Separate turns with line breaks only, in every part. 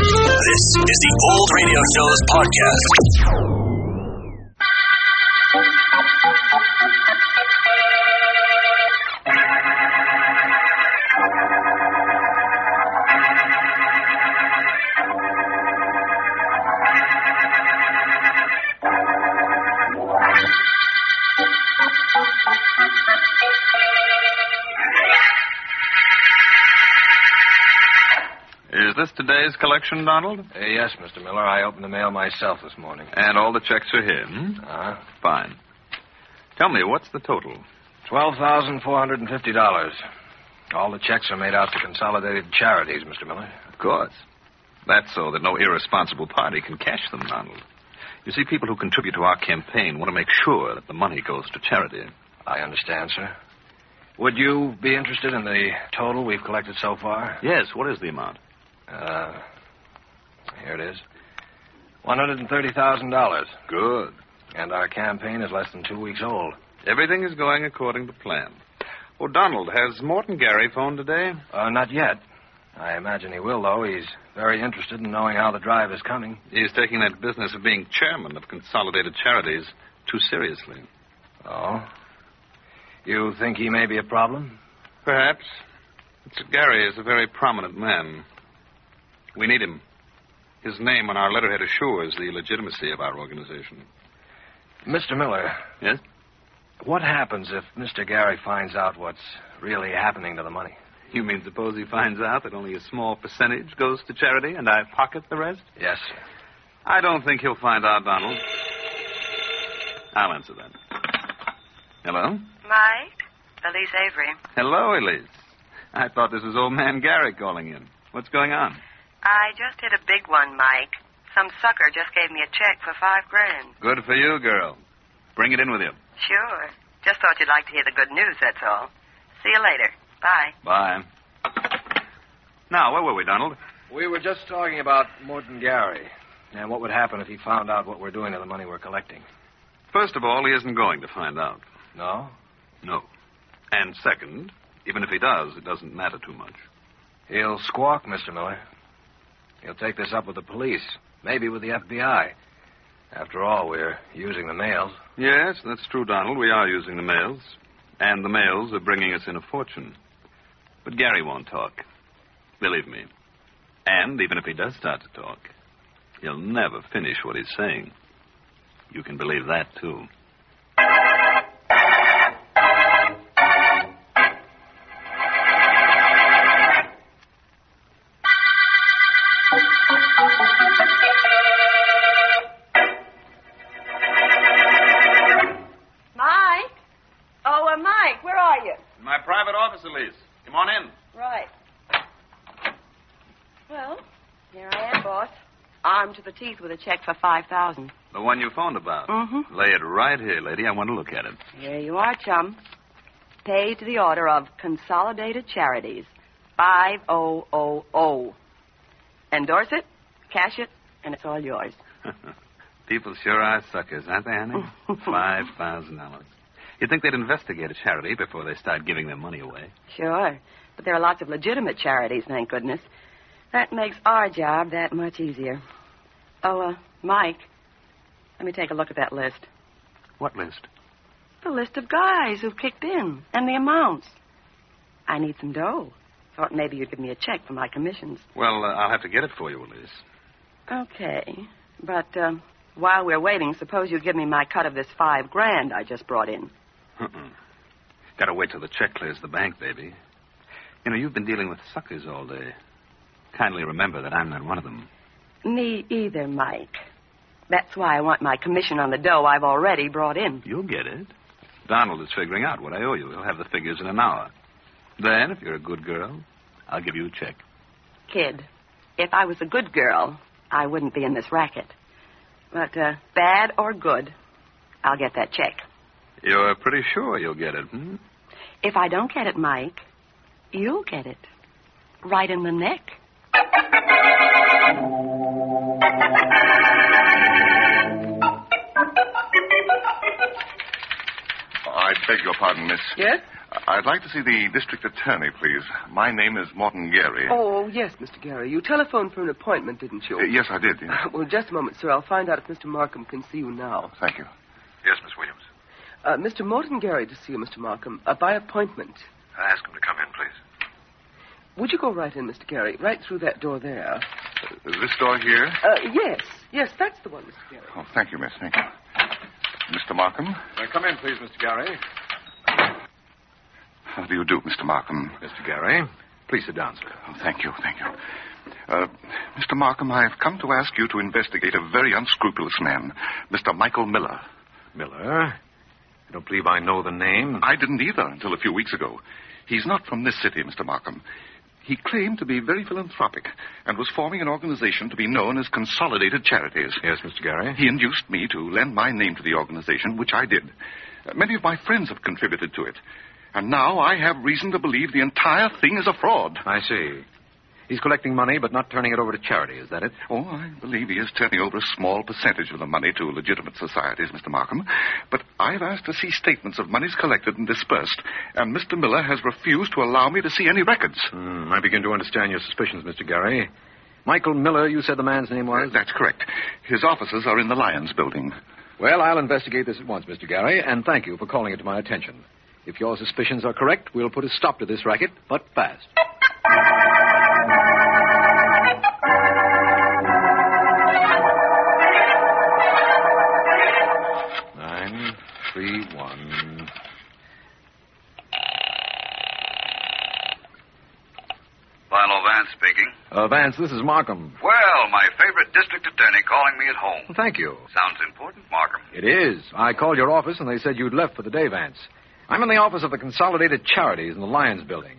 This is the Old Radio Show's podcast.
Is this today's collection, Donald?
Uh, yes, Mr. Miller. I opened the mail myself this morning.
And all the checks are here. Hmm?
Uh,
Fine. Tell me, what's the total?
$12,450. All the checks are made out to consolidated charities, Mr. Miller.
Of course. That's so that no irresponsible party can cash them, Donald. You see, people who contribute to our campaign want to make sure that the money goes to charity.
I understand, sir. Would you be interested in the total we've collected so far?
Yes, what is the amount?
Uh, here it is $130,000.
Good.
And our campaign is less than two weeks old.
Everything is going according to plan. Oh, Donald, has Morton Gary phoned today?
Uh, not yet. I imagine he will, though. He's very interested in knowing how the drive is coming.
He's taking that business of being chairman of Consolidated Charities too seriously.
Oh? You think he may be a problem?
Perhaps. Mr. Gary is a very prominent man. We need him. His name on our letterhead assures the legitimacy of our organization.
Mr. Miller.
Yes?
What happens if Mr. Gary finds out what's really happening to the money?
You mean suppose he finds out that only a small percentage goes to charity and I pocket the rest?
Yes, sir.
I don't think he'll find out, Donald. I'll answer that. Hello?
Mike? Elise Avery.
Hello, Elise. I thought this was old man Gary calling in. What's going on?
I just hit a big one, Mike. Some sucker just gave me a check for five grand.
Good for you, girl. Bring it in with you.
Sure. Just thought you'd like to hear the good news, that's all. See you later. Bye.
Bye. Now, where were we, Donald?
We were just talking about Morton Gary and what would happen if he found out what we're doing to the money we're collecting.
First of all, he isn't going to find out.
No?
No. And second, even if he does, it doesn't matter too much.
He'll squawk, Mr. Miller. He'll take this up with the police, maybe with the FBI. After all, we're using the mails.
Yes, that's true, Donald. We are using the mails. And the mails are bringing us in a fortune. But Gary won't talk. Believe me. And even if he does start to talk, he'll never finish what he's saying. You can believe that, too.
Mike? Oh, uh, Mike, where are you?
My private office, Elise. Come on in.
Right. Well, here I am, boss. Armed to the teeth with a check for 5000
The one you phoned about.
Mhm.
Lay it right here, lady. I want to look at it.
Here you are, chum. Paid to the order of Consolidated Charities. 5000. oh. Endorse it, cash it, and it's all yours.
People sure are suckers, aren't they, Annie? Five thousand dollars. You'd think they'd investigate a charity before they start giving their money away.
Sure. But there are lots of legitimate charities, thank goodness. That makes our job that much easier. Oh, uh, Mike, let me take a look at that list.
What list?
The list of guys who've kicked in and the amounts. I need some dough. Thought maybe you'd give me a check for my commissions.
Well, uh, I'll have to get it for you, Elise.
Okay. But um, while we're waiting, suppose you give me my cut of this five grand I just brought in.
Uh-uh. Gotta wait till the check clears the bank, baby. You know, you've been dealing with suckers all day. Kindly remember that I'm not one of them.
Me either, Mike. That's why I want my commission on the dough I've already brought in.
You'll get it. Donald is figuring out what I owe you. He'll have the figures in an hour. Then, if you're a good girl, I'll give you a check.
Kid, if I was a good girl, I wouldn't be in this racket. But uh, bad or good, I'll get that check.
You're pretty sure you'll get it, hmm?
If I don't get it, Mike, you'll get it. Right in the neck.
I beg your pardon, miss. Uh,
Yes?
I'd like to see the district attorney, please. My name is Morton Gary.
Oh, yes, Mr. Gary. You telephoned for an appointment, didn't you?
Uh, yes, I did. yes.
Well, just a moment, sir. I'll find out if Mr. Markham can see you now.
Oh, Thank you.
Yes, Miss Williams.
Uh, Mr. Morton Gary to see you, Mr. Markham, uh, by appointment.
Ask him to come in, please.
Would you go right in, Mr. Gary? Right through that door there.
This door here?
Uh, yes, yes, that's the one, Mr. Gary.
Oh, thank you, miss. Thank you. Mr. Markham?
Uh, come in, please, Mr. Gary.
How do you do, Mr. Markham?
Mr. Gary, please sit down, sir.
Oh, thank you, thank you. Uh, Mr. Markham, I've come to ask you to investigate a very unscrupulous man, Mr. Michael Miller.
Miller, I don't believe I know the name.
I didn't either until a few weeks ago. He's not from this city, Mr. Markham. He claimed to be very philanthropic and was forming an organization to be known as Consolidated Charities.
Yes, Mr. Gary.
He induced me to lend my name to the organization, which I did. Uh, Many of my friends have contributed to it. And now I have reason to believe the entire thing is a fraud.
I see. He's collecting money, but not turning it over to charity. Is that it?
Oh, I believe he is turning over a small percentage of the money to legitimate societies, Mr. Markham. But I've asked to see statements of monies collected and dispersed, and Mr. Miller has refused to allow me to see any records.
Hmm, I begin to understand your suspicions, Mr. Gary. Michael Miller, you said the man's name was?
That's correct. His offices are in the Lyons building.
Well, I'll investigate this at once, Mr. Gary, and thank you for calling it to my attention. If your suspicions are correct, we'll put a stop to this racket, but fast. Nine, three, one.
Philo Vance speaking.
Uh, Vance, this is Markham.
Well, my favorite district attorney calling me at home.
Thank you.
Sounds important, Markham.
It is. I called your office and they said you'd left for the day, Vance. I'm in the office of the Consolidated Charities in the Lions building.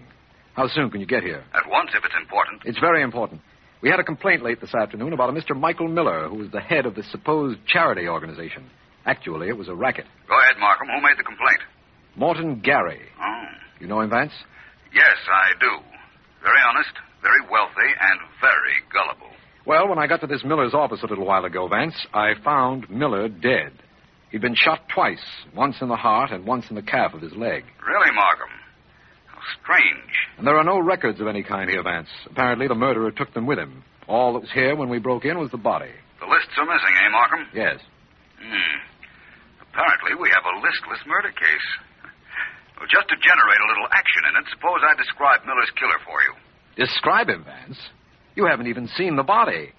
How soon can you get here?
At once, if it's important.
It's very important. We had a complaint late this afternoon about a Mr. Michael Miller, who was the head of the supposed charity organization. Actually, it was a racket.
Go ahead, Markham. Who made the complaint?
Morton Gary.
Oh.
You know him, Vance?
Yes, I do. Very honest, very wealthy, and very gullible.
Well, when I got to this Miller's office a little while ago, Vance, I found Miller dead. He'd been shot twice, once in the heart and once in the calf of his leg.
Really, Markham? How strange.
And there are no records of any kind here, Vance. Apparently, the murderer took them with him. All that was here when we broke in was the body.
The lists are missing, eh, Markham?
Yes.
Hmm. Apparently, we have a listless murder case. Well, just to generate a little action in it, suppose I describe Miller's killer for you.
Describe him, Vance. You haven't even seen the body.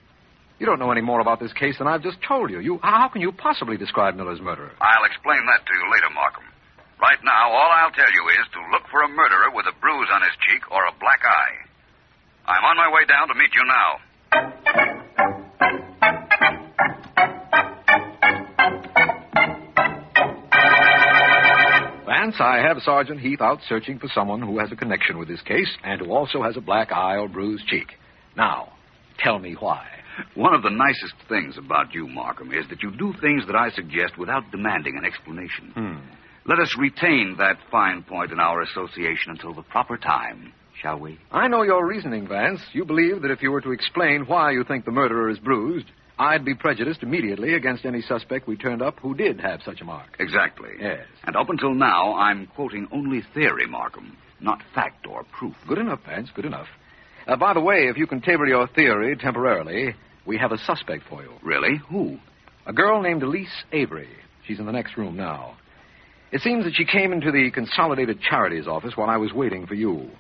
You don't know any more about this case than I've just told you. You, how can you possibly describe Miller's murderer?
I'll explain that to you later, Markham. Right now, all I'll tell you is to look for a murderer with a bruise on his cheek or a black eye. I'm on my way down to meet you now.
Vance, I have Sergeant Heath out searching for someone who has a connection with this case and who also has a black eye or bruised cheek. Now, tell me why.
One of the nicest things about you, Markham, is that you do things that I suggest without demanding an explanation.
Hmm.
Let us retain that fine point in our association until the proper time, shall we?
I know your reasoning, Vance. You believe that if you were to explain why you think the murderer is bruised, I'd be prejudiced immediately against any suspect we turned up who did have such a mark.
Exactly.
Yes.
And up until now, I'm quoting only theory, Markham, not fact or proof.
Good enough, Vance, good enough. Uh, by the way, if you can table your theory temporarily, we have a suspect for you.
Really? Who?
A girl named Elise Avery. She's in the next room now. It seems that she came into the Consolidated Charities office while I was waiting for you.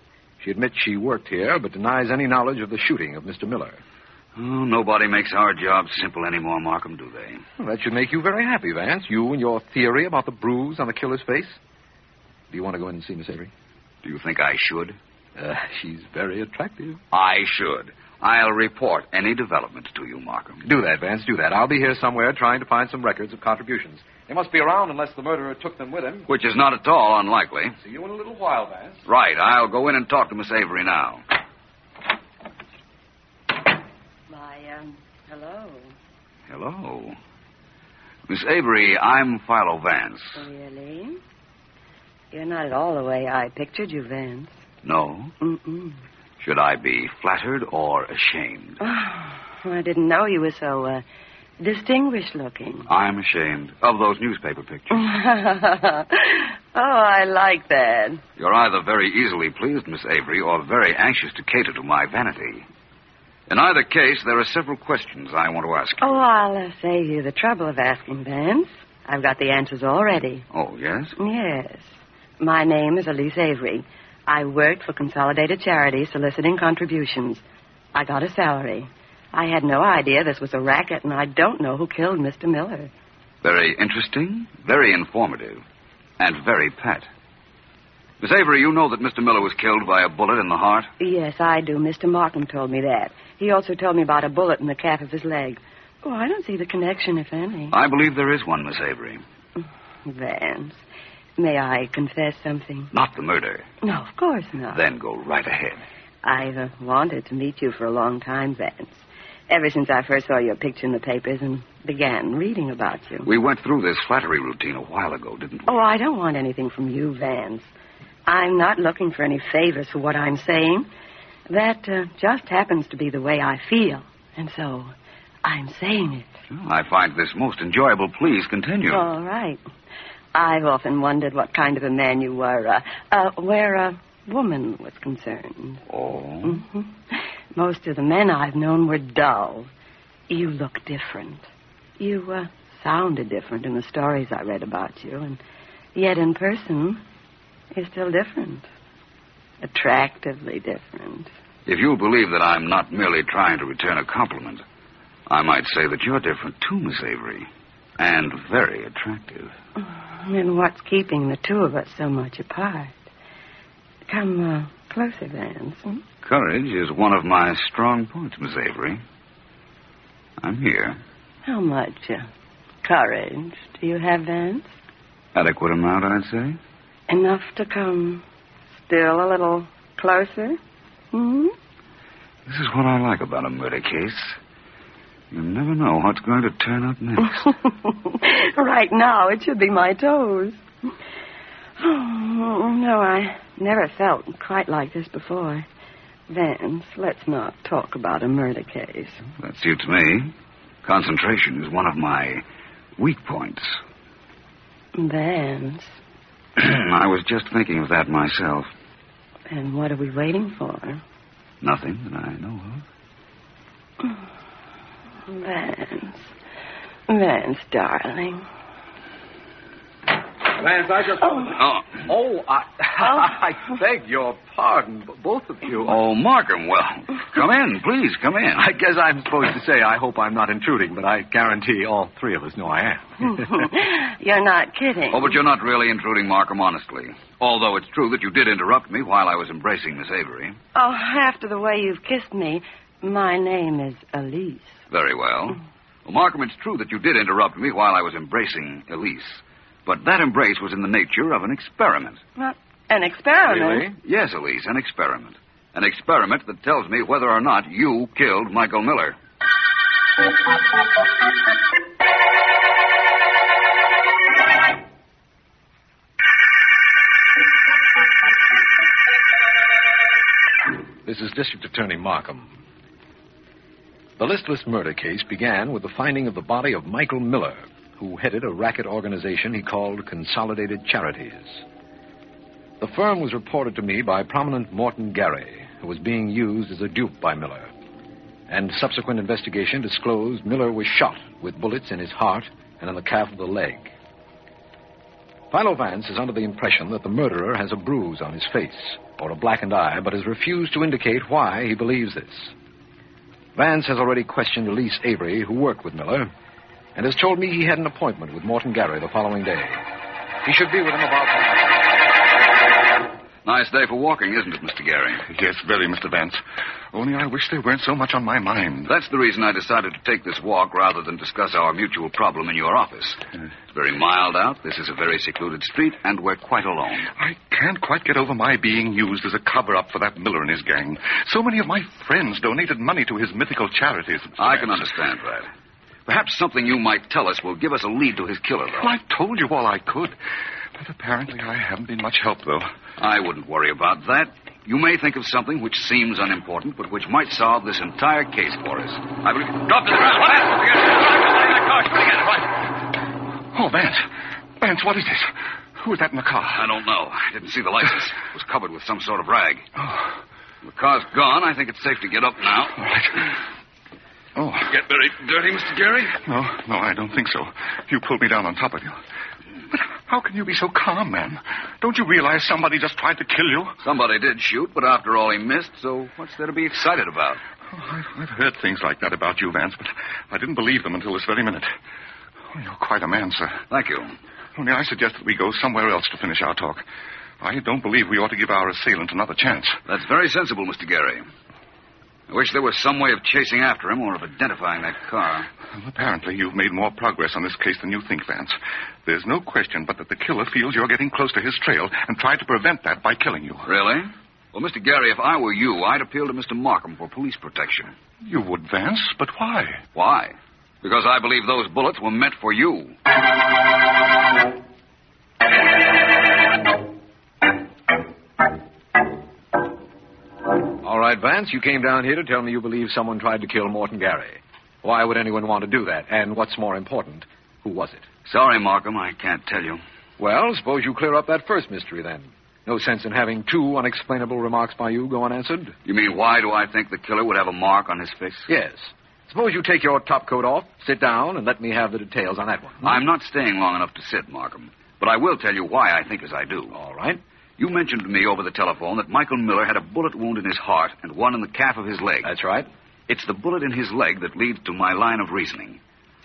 She admits she worked here, but denies any knowledge of the shooting of Mr. Miller.
Oh, nobody makes our job simple anymore, Markham, do they?
Well, that should make you very happy, Vance. You and your theory about the bruise on the killer's face. Do you want to go in and see Miss Avery?
Do you think I should?
Uh, she's very attractive.
I should. I'll report any developments to you, Markham.
Do that, Vance. Do that. I'll be here somewhere trying to find some records of contributions. They must be around unless the murderer took them with him.
Which is not at all unlikely.
See you in a little while, Vance.
Right, I'll go in and talk to Miss Avery now.
My, um, hello.
Hello. Miss Avery, I'm Philo Vance.
Really? You're not at all the way I pictured you, Vance.
No?
Mm-mm.
Should I be flattered or ashamed?
Oh, I didn't know you were so, uh, distinguished looking.
I'm ashamed of those newspaper pictures.
well, Oh, I like that.
You're either very easily pleased, Miss Avery, or very anxious to cater to my vanity. In either case, there are several questions I want to ask you.
Oh, I'll uh, save you the trouble of asking, Vance. I've got the answers already.
Oh, yes?
Yes. My name is Elise Avery. I worked for Consolidated Charities soliciting contributions. I got a salary. I had no idea this was a racket, and I don't know who killed Mr. Miller.
Very interesting, very informative, and very pat. Miss Avery, you know that Mr. Miller was killed by a bullet in the heart.
Yes, I do. Mr. Markham told me that. He also told me about a bullet in the calf of his leg. Oh, I don't see the connection, if any.
I believe there is one, Miss Avery.
Vance, may I confess something?
Not the murder.
No, of course not.
Then go right ahead.
I've uh, wanted to meet you for a long time, Vance. Ever since I first saw your picture in the papers and began reading about you.
We went through this flattery routine a while ago, didn't we?
Oh, I don't want anything from you, Vance. I'm not looking for any favors for what I'm saying. That uh, just happens to be the way I feel. And so I'm saying it.
I find this most enjoyable. Please continue.
All right. I've often wondered what kind of a man you were, uh, uh, where a woman was concerned.
oh.
hmm Most of the men I've known were dull. You look different. You uh, sounded different in the stories I read about you, and yet in person, you're still different. Attractively different.
If you'll believe that I'm not merely trying to return a compliment, I might say that you're different too, Miss Avery. And very attractive.
And what's keeping the two of us so much apart? Come uh, closer, Vance. hmm?
Courage is one of my strong points, Miss Avery. I'm here.
How much uh, courage do you have, Vance?
Adequate amount, I'd say.
Enough to come still a little closer? Hmm?
This is what I like about a murder case. You never know what's going to turn up
Oh.
next.
right now, it should be my toes. Oh, no, I never felt quite like this before. Vance, let's not talk about a murder case.
that suits me. Concentration is one of my weak points.
Vance,
I was just thinking of that myself.
and what are we waiting for?
Nothing that I know of.
Vance. Vance, darling.
Vance, I just. Oh,
Oh,
I, I beg your pardon, b- both of you.
oh Markham, well, come in, please, come in.
I guess I'm supposed to say I hope I'm not intruding, but I guarantee all three of us know I am.
You're not kidding.
Oh, but you're not really intruding, Markham, honestly. Although it's true that you did interrupt me while I was embracing Miss Avery.
Oh, after the way you've kissed me, my name is Elise.
Very well. well. Markham, it's true that you did interrupt me while I was embracing Elise. But that embrace was in the nature of an experiment.
Well, an experiment.
Yes, Elise, an experiment. An experiment that tells me whether or not you killed Michael Miller.
This is District Attorney Markham. The listless murder case began with the finding of the body of Michael Miller, who headed a racket organization he called Consolidated Charities. The firm was reported to me by prominent Morton Gary, who was being used as a dupe by Miller. And subsequent investigation disclosed Miller was shot with bullets in his heart and in the calf of the leg. Philo Vance is under the impression that the murderer has a bruise on his face or a blackened eye, but has refused to indicate why he believes this. Vance has already questioned Elise Avery, who worked with Miller, and has told me he had an appointment with Morton Gary the following day. He should be with him about.
Nice day for walking, isn't it, Mr. Gary?
Yes, very, Mr. Vance. Only I wish they weren't so much on my mind.
That's the reason I decided to take this walk rather than discuss our mutual problem in your office. It's very mild out, this is a very secluded street, and we're quite alone.
I can't quite get over my being used as a cover up for that Miller and his gang. So many of my friends donated money to his mythical charities. Mr.
I can
Vance.
understand that. Perhaps something you might tell us will give us a lead to his killer, though.
Well, I told you all I could. But apparently I haven't been much help, though.
I wouldn't worry about that. You may think of something which seems unimportant, but which might solve this entire case for us. I believe. Drop to the ground.
Oh, Vance. Vance, what is this? Who was that in the car?
I don't know. I didn't see the license. It was covered with some sort of rag.
Oh,
The car's gone. I think it's safe to get up now.
all right. Oh,
Get very dirty, Mr. Gary?
no, no, I don't think so. You pulled me down on top of you. But how can you be so calm, man? Don't you realize somebody just tried to kill you?
Somebody did shoot, but after all, he missed, so what's there to be excited about?
Oh, I've, I've heard things like that about you, Vance, but I didn't believe them until this very minute. Oh, you're quite a man, sir.
Thank you.
Only I suggest that we go somewhere else to finish our talk. I don't believe we ought to give our assailant another chance.
That's very sensible, Mr. Gary. I wish there was some way of chasing after him or of identifying that car.
Well, apparently, you've made more progress on this case than you think, Vance. There's no question but that the killer feels you're getting close to his trail and tried to prevent that by killing you.
Really? Well, Mr. Gary, if I were you, I'd appeal to Mr. Markham for police protection.
You would, Vance, but why?
Why? Because I believe those bullets were meant for you.
All right, Vance, you came down here to tell me you believe someone tried to kill Morton Gary. Why would anyone want to do that? And what's more important, who was it?
Sorry, Markham, I can't tell you.
Well, suppose you clear up that first mystery then. No sense in having two unexplainable remarks by you go unanswered.
You mean why do I think the killer would have a mark on his face?
Yes. Suppose you take your top coat off, sit down, and let me have the details on that one.
I'm not staying long enough to sit, Markham, but I will tell you why I think as I do.
All right.
You mentioned to me over the telephone that Michael Miller had a bullet wound in his heart and one in the calf of his leg.
That's right.
It's the bullet in his leg that leads to my line of reasoning.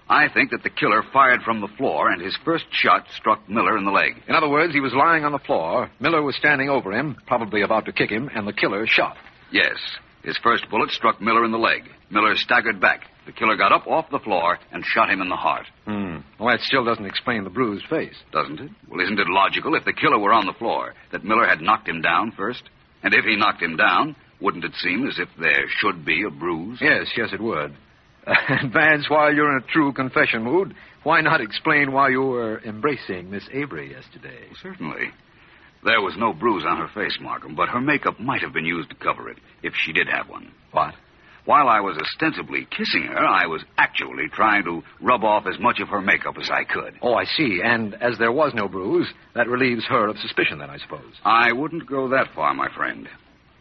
I think that the killer fired from the floor, and his first shot struck Miller in the leg.
In other words, he was lying on the floor. Miller was standing over him, probably about to kick him, and the killer shot.
Yes. His first bullet struck Miller in the leg. Miller staggered back. The killer got up off the floor and shot him in the heart.
Hmm. Well, that still doesn't explain the bruised face.
Doesn't it? Well, isn't it logical if the killer were on the floor that Miller had knocked him down first? And if he knocked him down, wouldn't it seem as if there should be a bruise?
Yes, yes, it would. Vance, while you're in a true confession mood, why not explain why you were embracing Miss Avery yesterday?
Certainly. There was no bruise on her face, Markham, but her makeup might have been used to cover it if she did have one.
What?
While I was ostensibly kissing her, I was actually trying to rub off as much of her makeup as I could.
Oh, I see. And as there was no bruise, that relieves her of suspicion, then, I suppose.
I wouldn't go that far, my friend.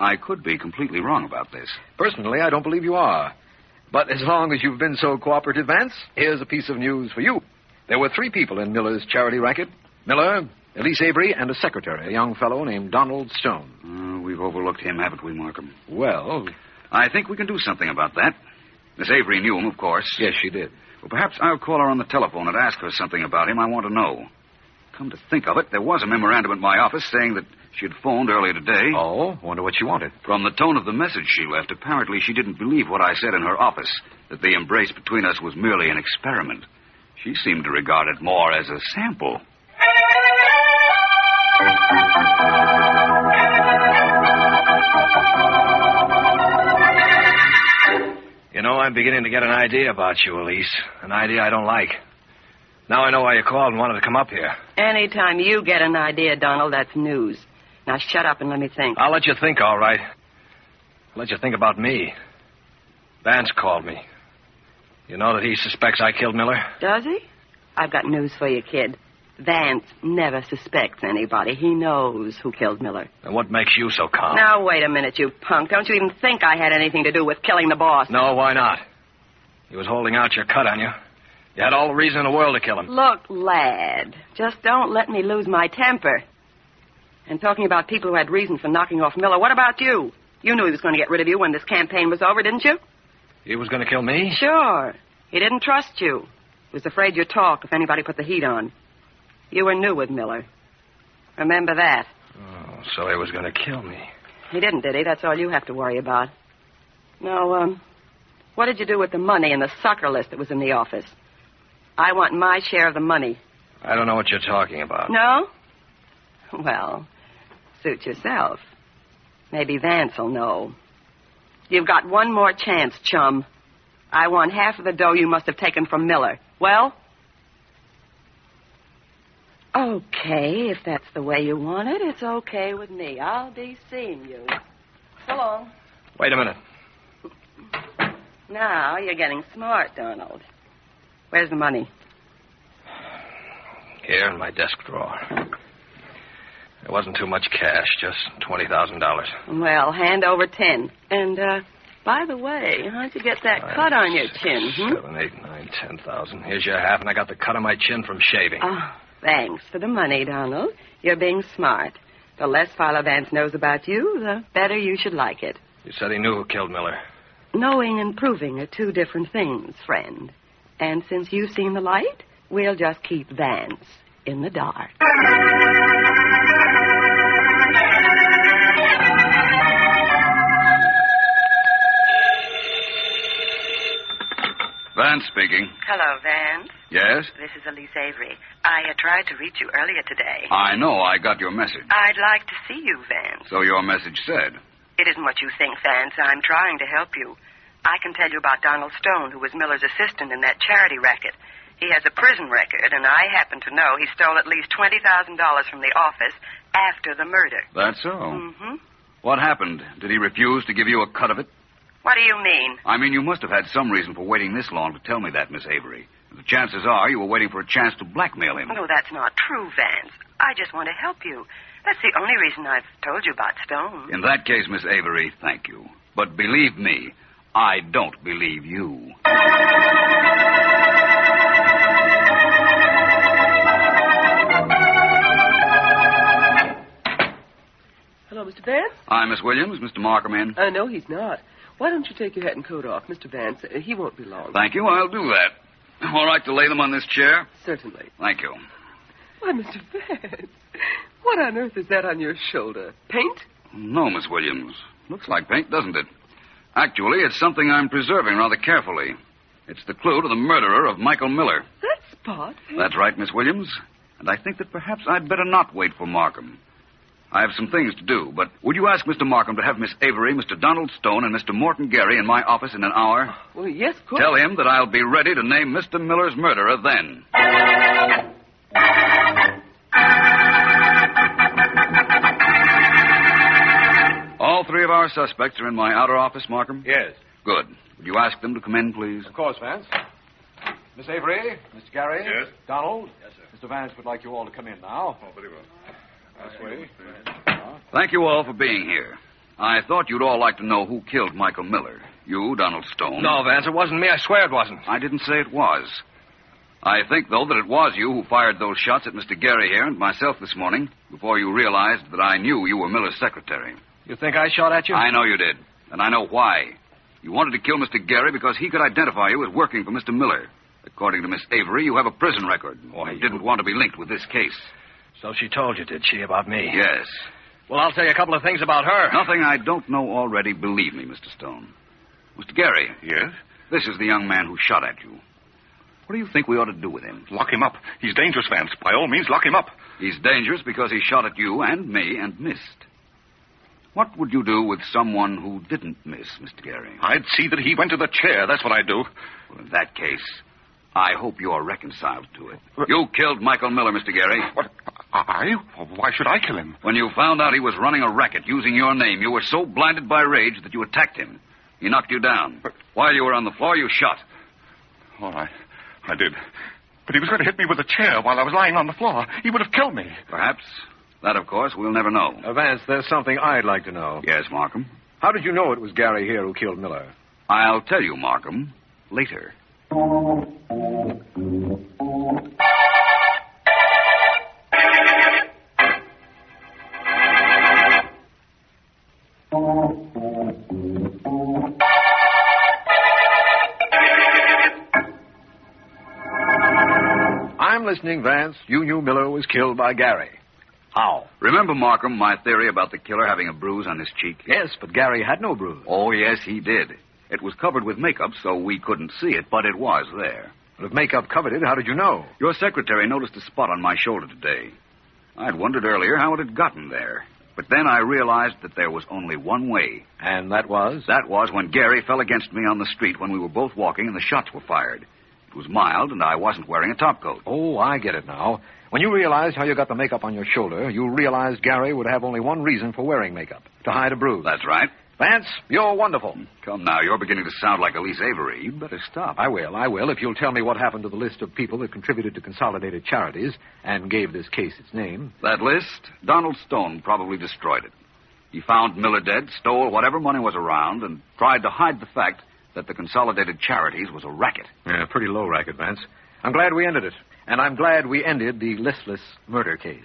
I could be completely wrong about this.
Personally, I don't believe you are. But as long as you've been so cooperative, Vance, here's a piece of news for you. There were three people in Miller's charity racket Miller, Elise Avery, and a secretary, a young fellow named Donald Stone.
Uh, we've overlooked him, haven't we, Markham?
Well,
I think we can do something about that. Miss Avery knew him, of course.
yes, she did.
Well, perhaps I'll call her on the telephone and ask her something about him I want to know. Come to think of it, there was a memorandum at my office saying that she'd phoned earlier today.
Oh, wonder what she wanted.
From the tone of the message she left, apparently she didn't believe what I said in her office, that the embrace between us was merely an experiment. She seemed to regard it more as a sample.
You know, I'm beginning to get an idea about you, Elise. An idea I don't like. Now I know why you called and wanted to come up here.
Anytime you get an idea, Donald, that's news. Now shut up and let me think.
I'll let you think, all right. I'll let you think about me. Vance called me. You know that he suspects I killed Miller?
Does he? I've got news for you, kid. Vance never suspects anybody. He knows who killed Miller.
And what makes you so calm?
Now, wait a minute, you punk. Don't you even think I had anything to do with killing the boss?
No, why not? He was holding out your cut on you. You had all the reason in the world to kill him.
Look, lad, just don't let me lose my temper. And talking about people who had reason for knocking off Miller, what about you? You knew he was going to get rid of you when this campaign was over, didn't you?
He was going to kill me?
Sure. He didn't trust you. He was afraid you'd talk if anybody put the heat on. You were new with Miller. Remember that.
Oh, so he was going to kill me.
He didn't, did he? That's all you have to worry about. Now, um, what did you do with the money and the sucker list that was in the office? I want my share of the money.
I don't know what you're talking about.
No? Well, suit yourself. Maybe Vance will know. You've got one more chance, chum. I want half of the dough you must have taken from Miller. Well? Okay, if that's the way you want it, it's okay with me. I'll be seeing you. So long.
Wait a minute.
Now you're getting smart, Donald. Where's the money?
Here in my desk drawer. There wasn't too much cash, just $20,000.
Well, hand over ten. And, uh, by the way, how'd you get
Uh,
that cut on your chin, hmm?
Seven, eight, nine, ten thousand. Here's your half, and I got the cut on my chin from shaving.
Oh, thanks for the money, Donald. You're being smart. The less Philo Vance knows about you, the better you should like it.
You said he knew who killed Miller.
Knowing and proving are two different things, friend. And since you've seen the light, we'll just keep Vance in the dark.
Vance speaking.
Hello, Vance.
Yes?
This is Elise Avery. I uh, tried to reach you earlier today.
I know. I got your message.
I'd like to see you, Vance.
So your message said.
It isn't what you think, Vance. I'm trying to help you. I can tell you about Donald Stone, who was Miller's assistant in that charity racket. He has a prison record, and I happen to know he stole at least $20,000 from the office after the murder.
That's so.
hmm
What happened? Did he refuse to give you a cut of it?
What do you mean?
I mean, you must have had some reason for waiting this long to tell me that, Miss Avery. The chances are you were waiting for a chance to blackmail him.
No, that's not true, Vance. I just want to help you. That's the only reason I've told you about Stone.
In that case, Miss Avery, thank you. But believe me, I don't believe you.
Hello, Mr. Vance?
Hi, Miss Williams. Mr. Markham in?
Uh, no, he's not. Why don't you take your hat and coat off, Mr. Vance? Uh, he won't be long.
Thank you. I'll do that. All right to lay them on this chair?
Certainly.
Thank you.
Why, Mr. Vance, what on earth is that on your shoulder? Paint?
No, Miss Williams. Looks like paint, doesn't it? Actually, it's something I'm preserving rather carefully. It's the clue to the murderer of Michael Miller.
That spot?
That's right, Miss Williams. And I think that perhaps I'd better not wait for Markham. I have some things to do, but would you ask Mr. Markham to have Miss Avery, Mr. Donald Stone, and Mr. Morton Gary in my office in an hour?
Well, yes, of course.
Tell him that I'll be ready to name Mr. Miller's murderer then. All three of our suspects are in my outer office, Markham?
Yes.
Good. Would you ask them to come in, please?
Of course, Vance. Miss Avery, Mr. Gary,
Yes?
Donald. Yes, sir. Mr. Vance would like you all to come in now. Uh,
Oh, very well.
This way.
Thank you all for being here. I thought you'd all like to know who killed Michael Miller. You, Donald Stone.
No, Vance, it wasn't me. I swear it wasn't.
I didn't say it was. I think, though, that it was you who fired those shots at Mr. Gary here and myself this morning before you realized that I knew you were Miller's secretary.
You think I shot at you?
I know you did, and I know why. You wanted to kill Mr. Gary because he could identify you as working for Mr. Miller. According to Miss Avery, you have a prison record.
Why,
you
you-
didn't want to be linked with this case.
So she told you, did she, about me?
Yes.
Well, I'll tell you a couple of things about her.
Nothing I don't know already, believe me, Mr. Stone. Mr. Gary,
Yes?
this is the young man who shot at you. What do you think we ought to do with him?
Lock him up. He's dangerous, Vance. By all means, lock him up.
He's dangerous because he shot at you and me and missed. What would you do with someone who didn't miss, Mr. Gary?
I'd see that he went to the chair. That's what I'd do.
Well, in that case, I hope you're reconciled to it. You killed Michael Miller, Mr. Gary.
What? I? Why should I kill him?
When you found out he was running a racket using your name, you were so blinded by rage that you attacked him. He knocked you down. While you were on the floor, you shot.
All right. I did. But he was going to hit me with a chair while I was lying on the floor. He would have killed me.
Perhaps. That, of course, we'll never know.
Oh.
Uh, Vance, there's something I'd like to know.
Yes, Markham.
How did you know it was Gary here who killed Miller?
I'll tell you, Markham, later.
I'm listening, Vance. You knew Miller was killed by Gary. How?
Remember, Markham, my theory about the killer having a bruise on his cheek?
Yes, but Gary had no bruise.
Oh, yes, he did. It was covered with makeup, so we couldn't see it, but it was there.
But if makeup covered it, how did you know?
Your secretary noticed a spot on my shoulder today. I'd wondered earlier how it had gotten there. But then I realized that there was only one way.
And that was?
That was when Gary fell against me on the street when we were both walking and the shots were fired. It was mild, and I wasn't wearing a topcoat.
Oh, I get it now. When you realized how you got the makeup on your shoulder, you realized Gary would have only one reason for wearing makeup to hide a bruise.
That's right.
Vance, you're wonderful.
Come now, you're beginning to sound like Elise Avery. You'd better stop.
I will, I will, if you'll tell me what happened to the list of people that contributed to Consolidated Charities and gave this case its name.
That list, Donald Stone probably destroyed it. He found Miller dead, stole whatever money was around, and tried to hide the fact that the Consolidated Charities was a racket.
Yeah, pretty low racket, Vance. I'm glad we ended it. And I'm glad we ended the listless murder case.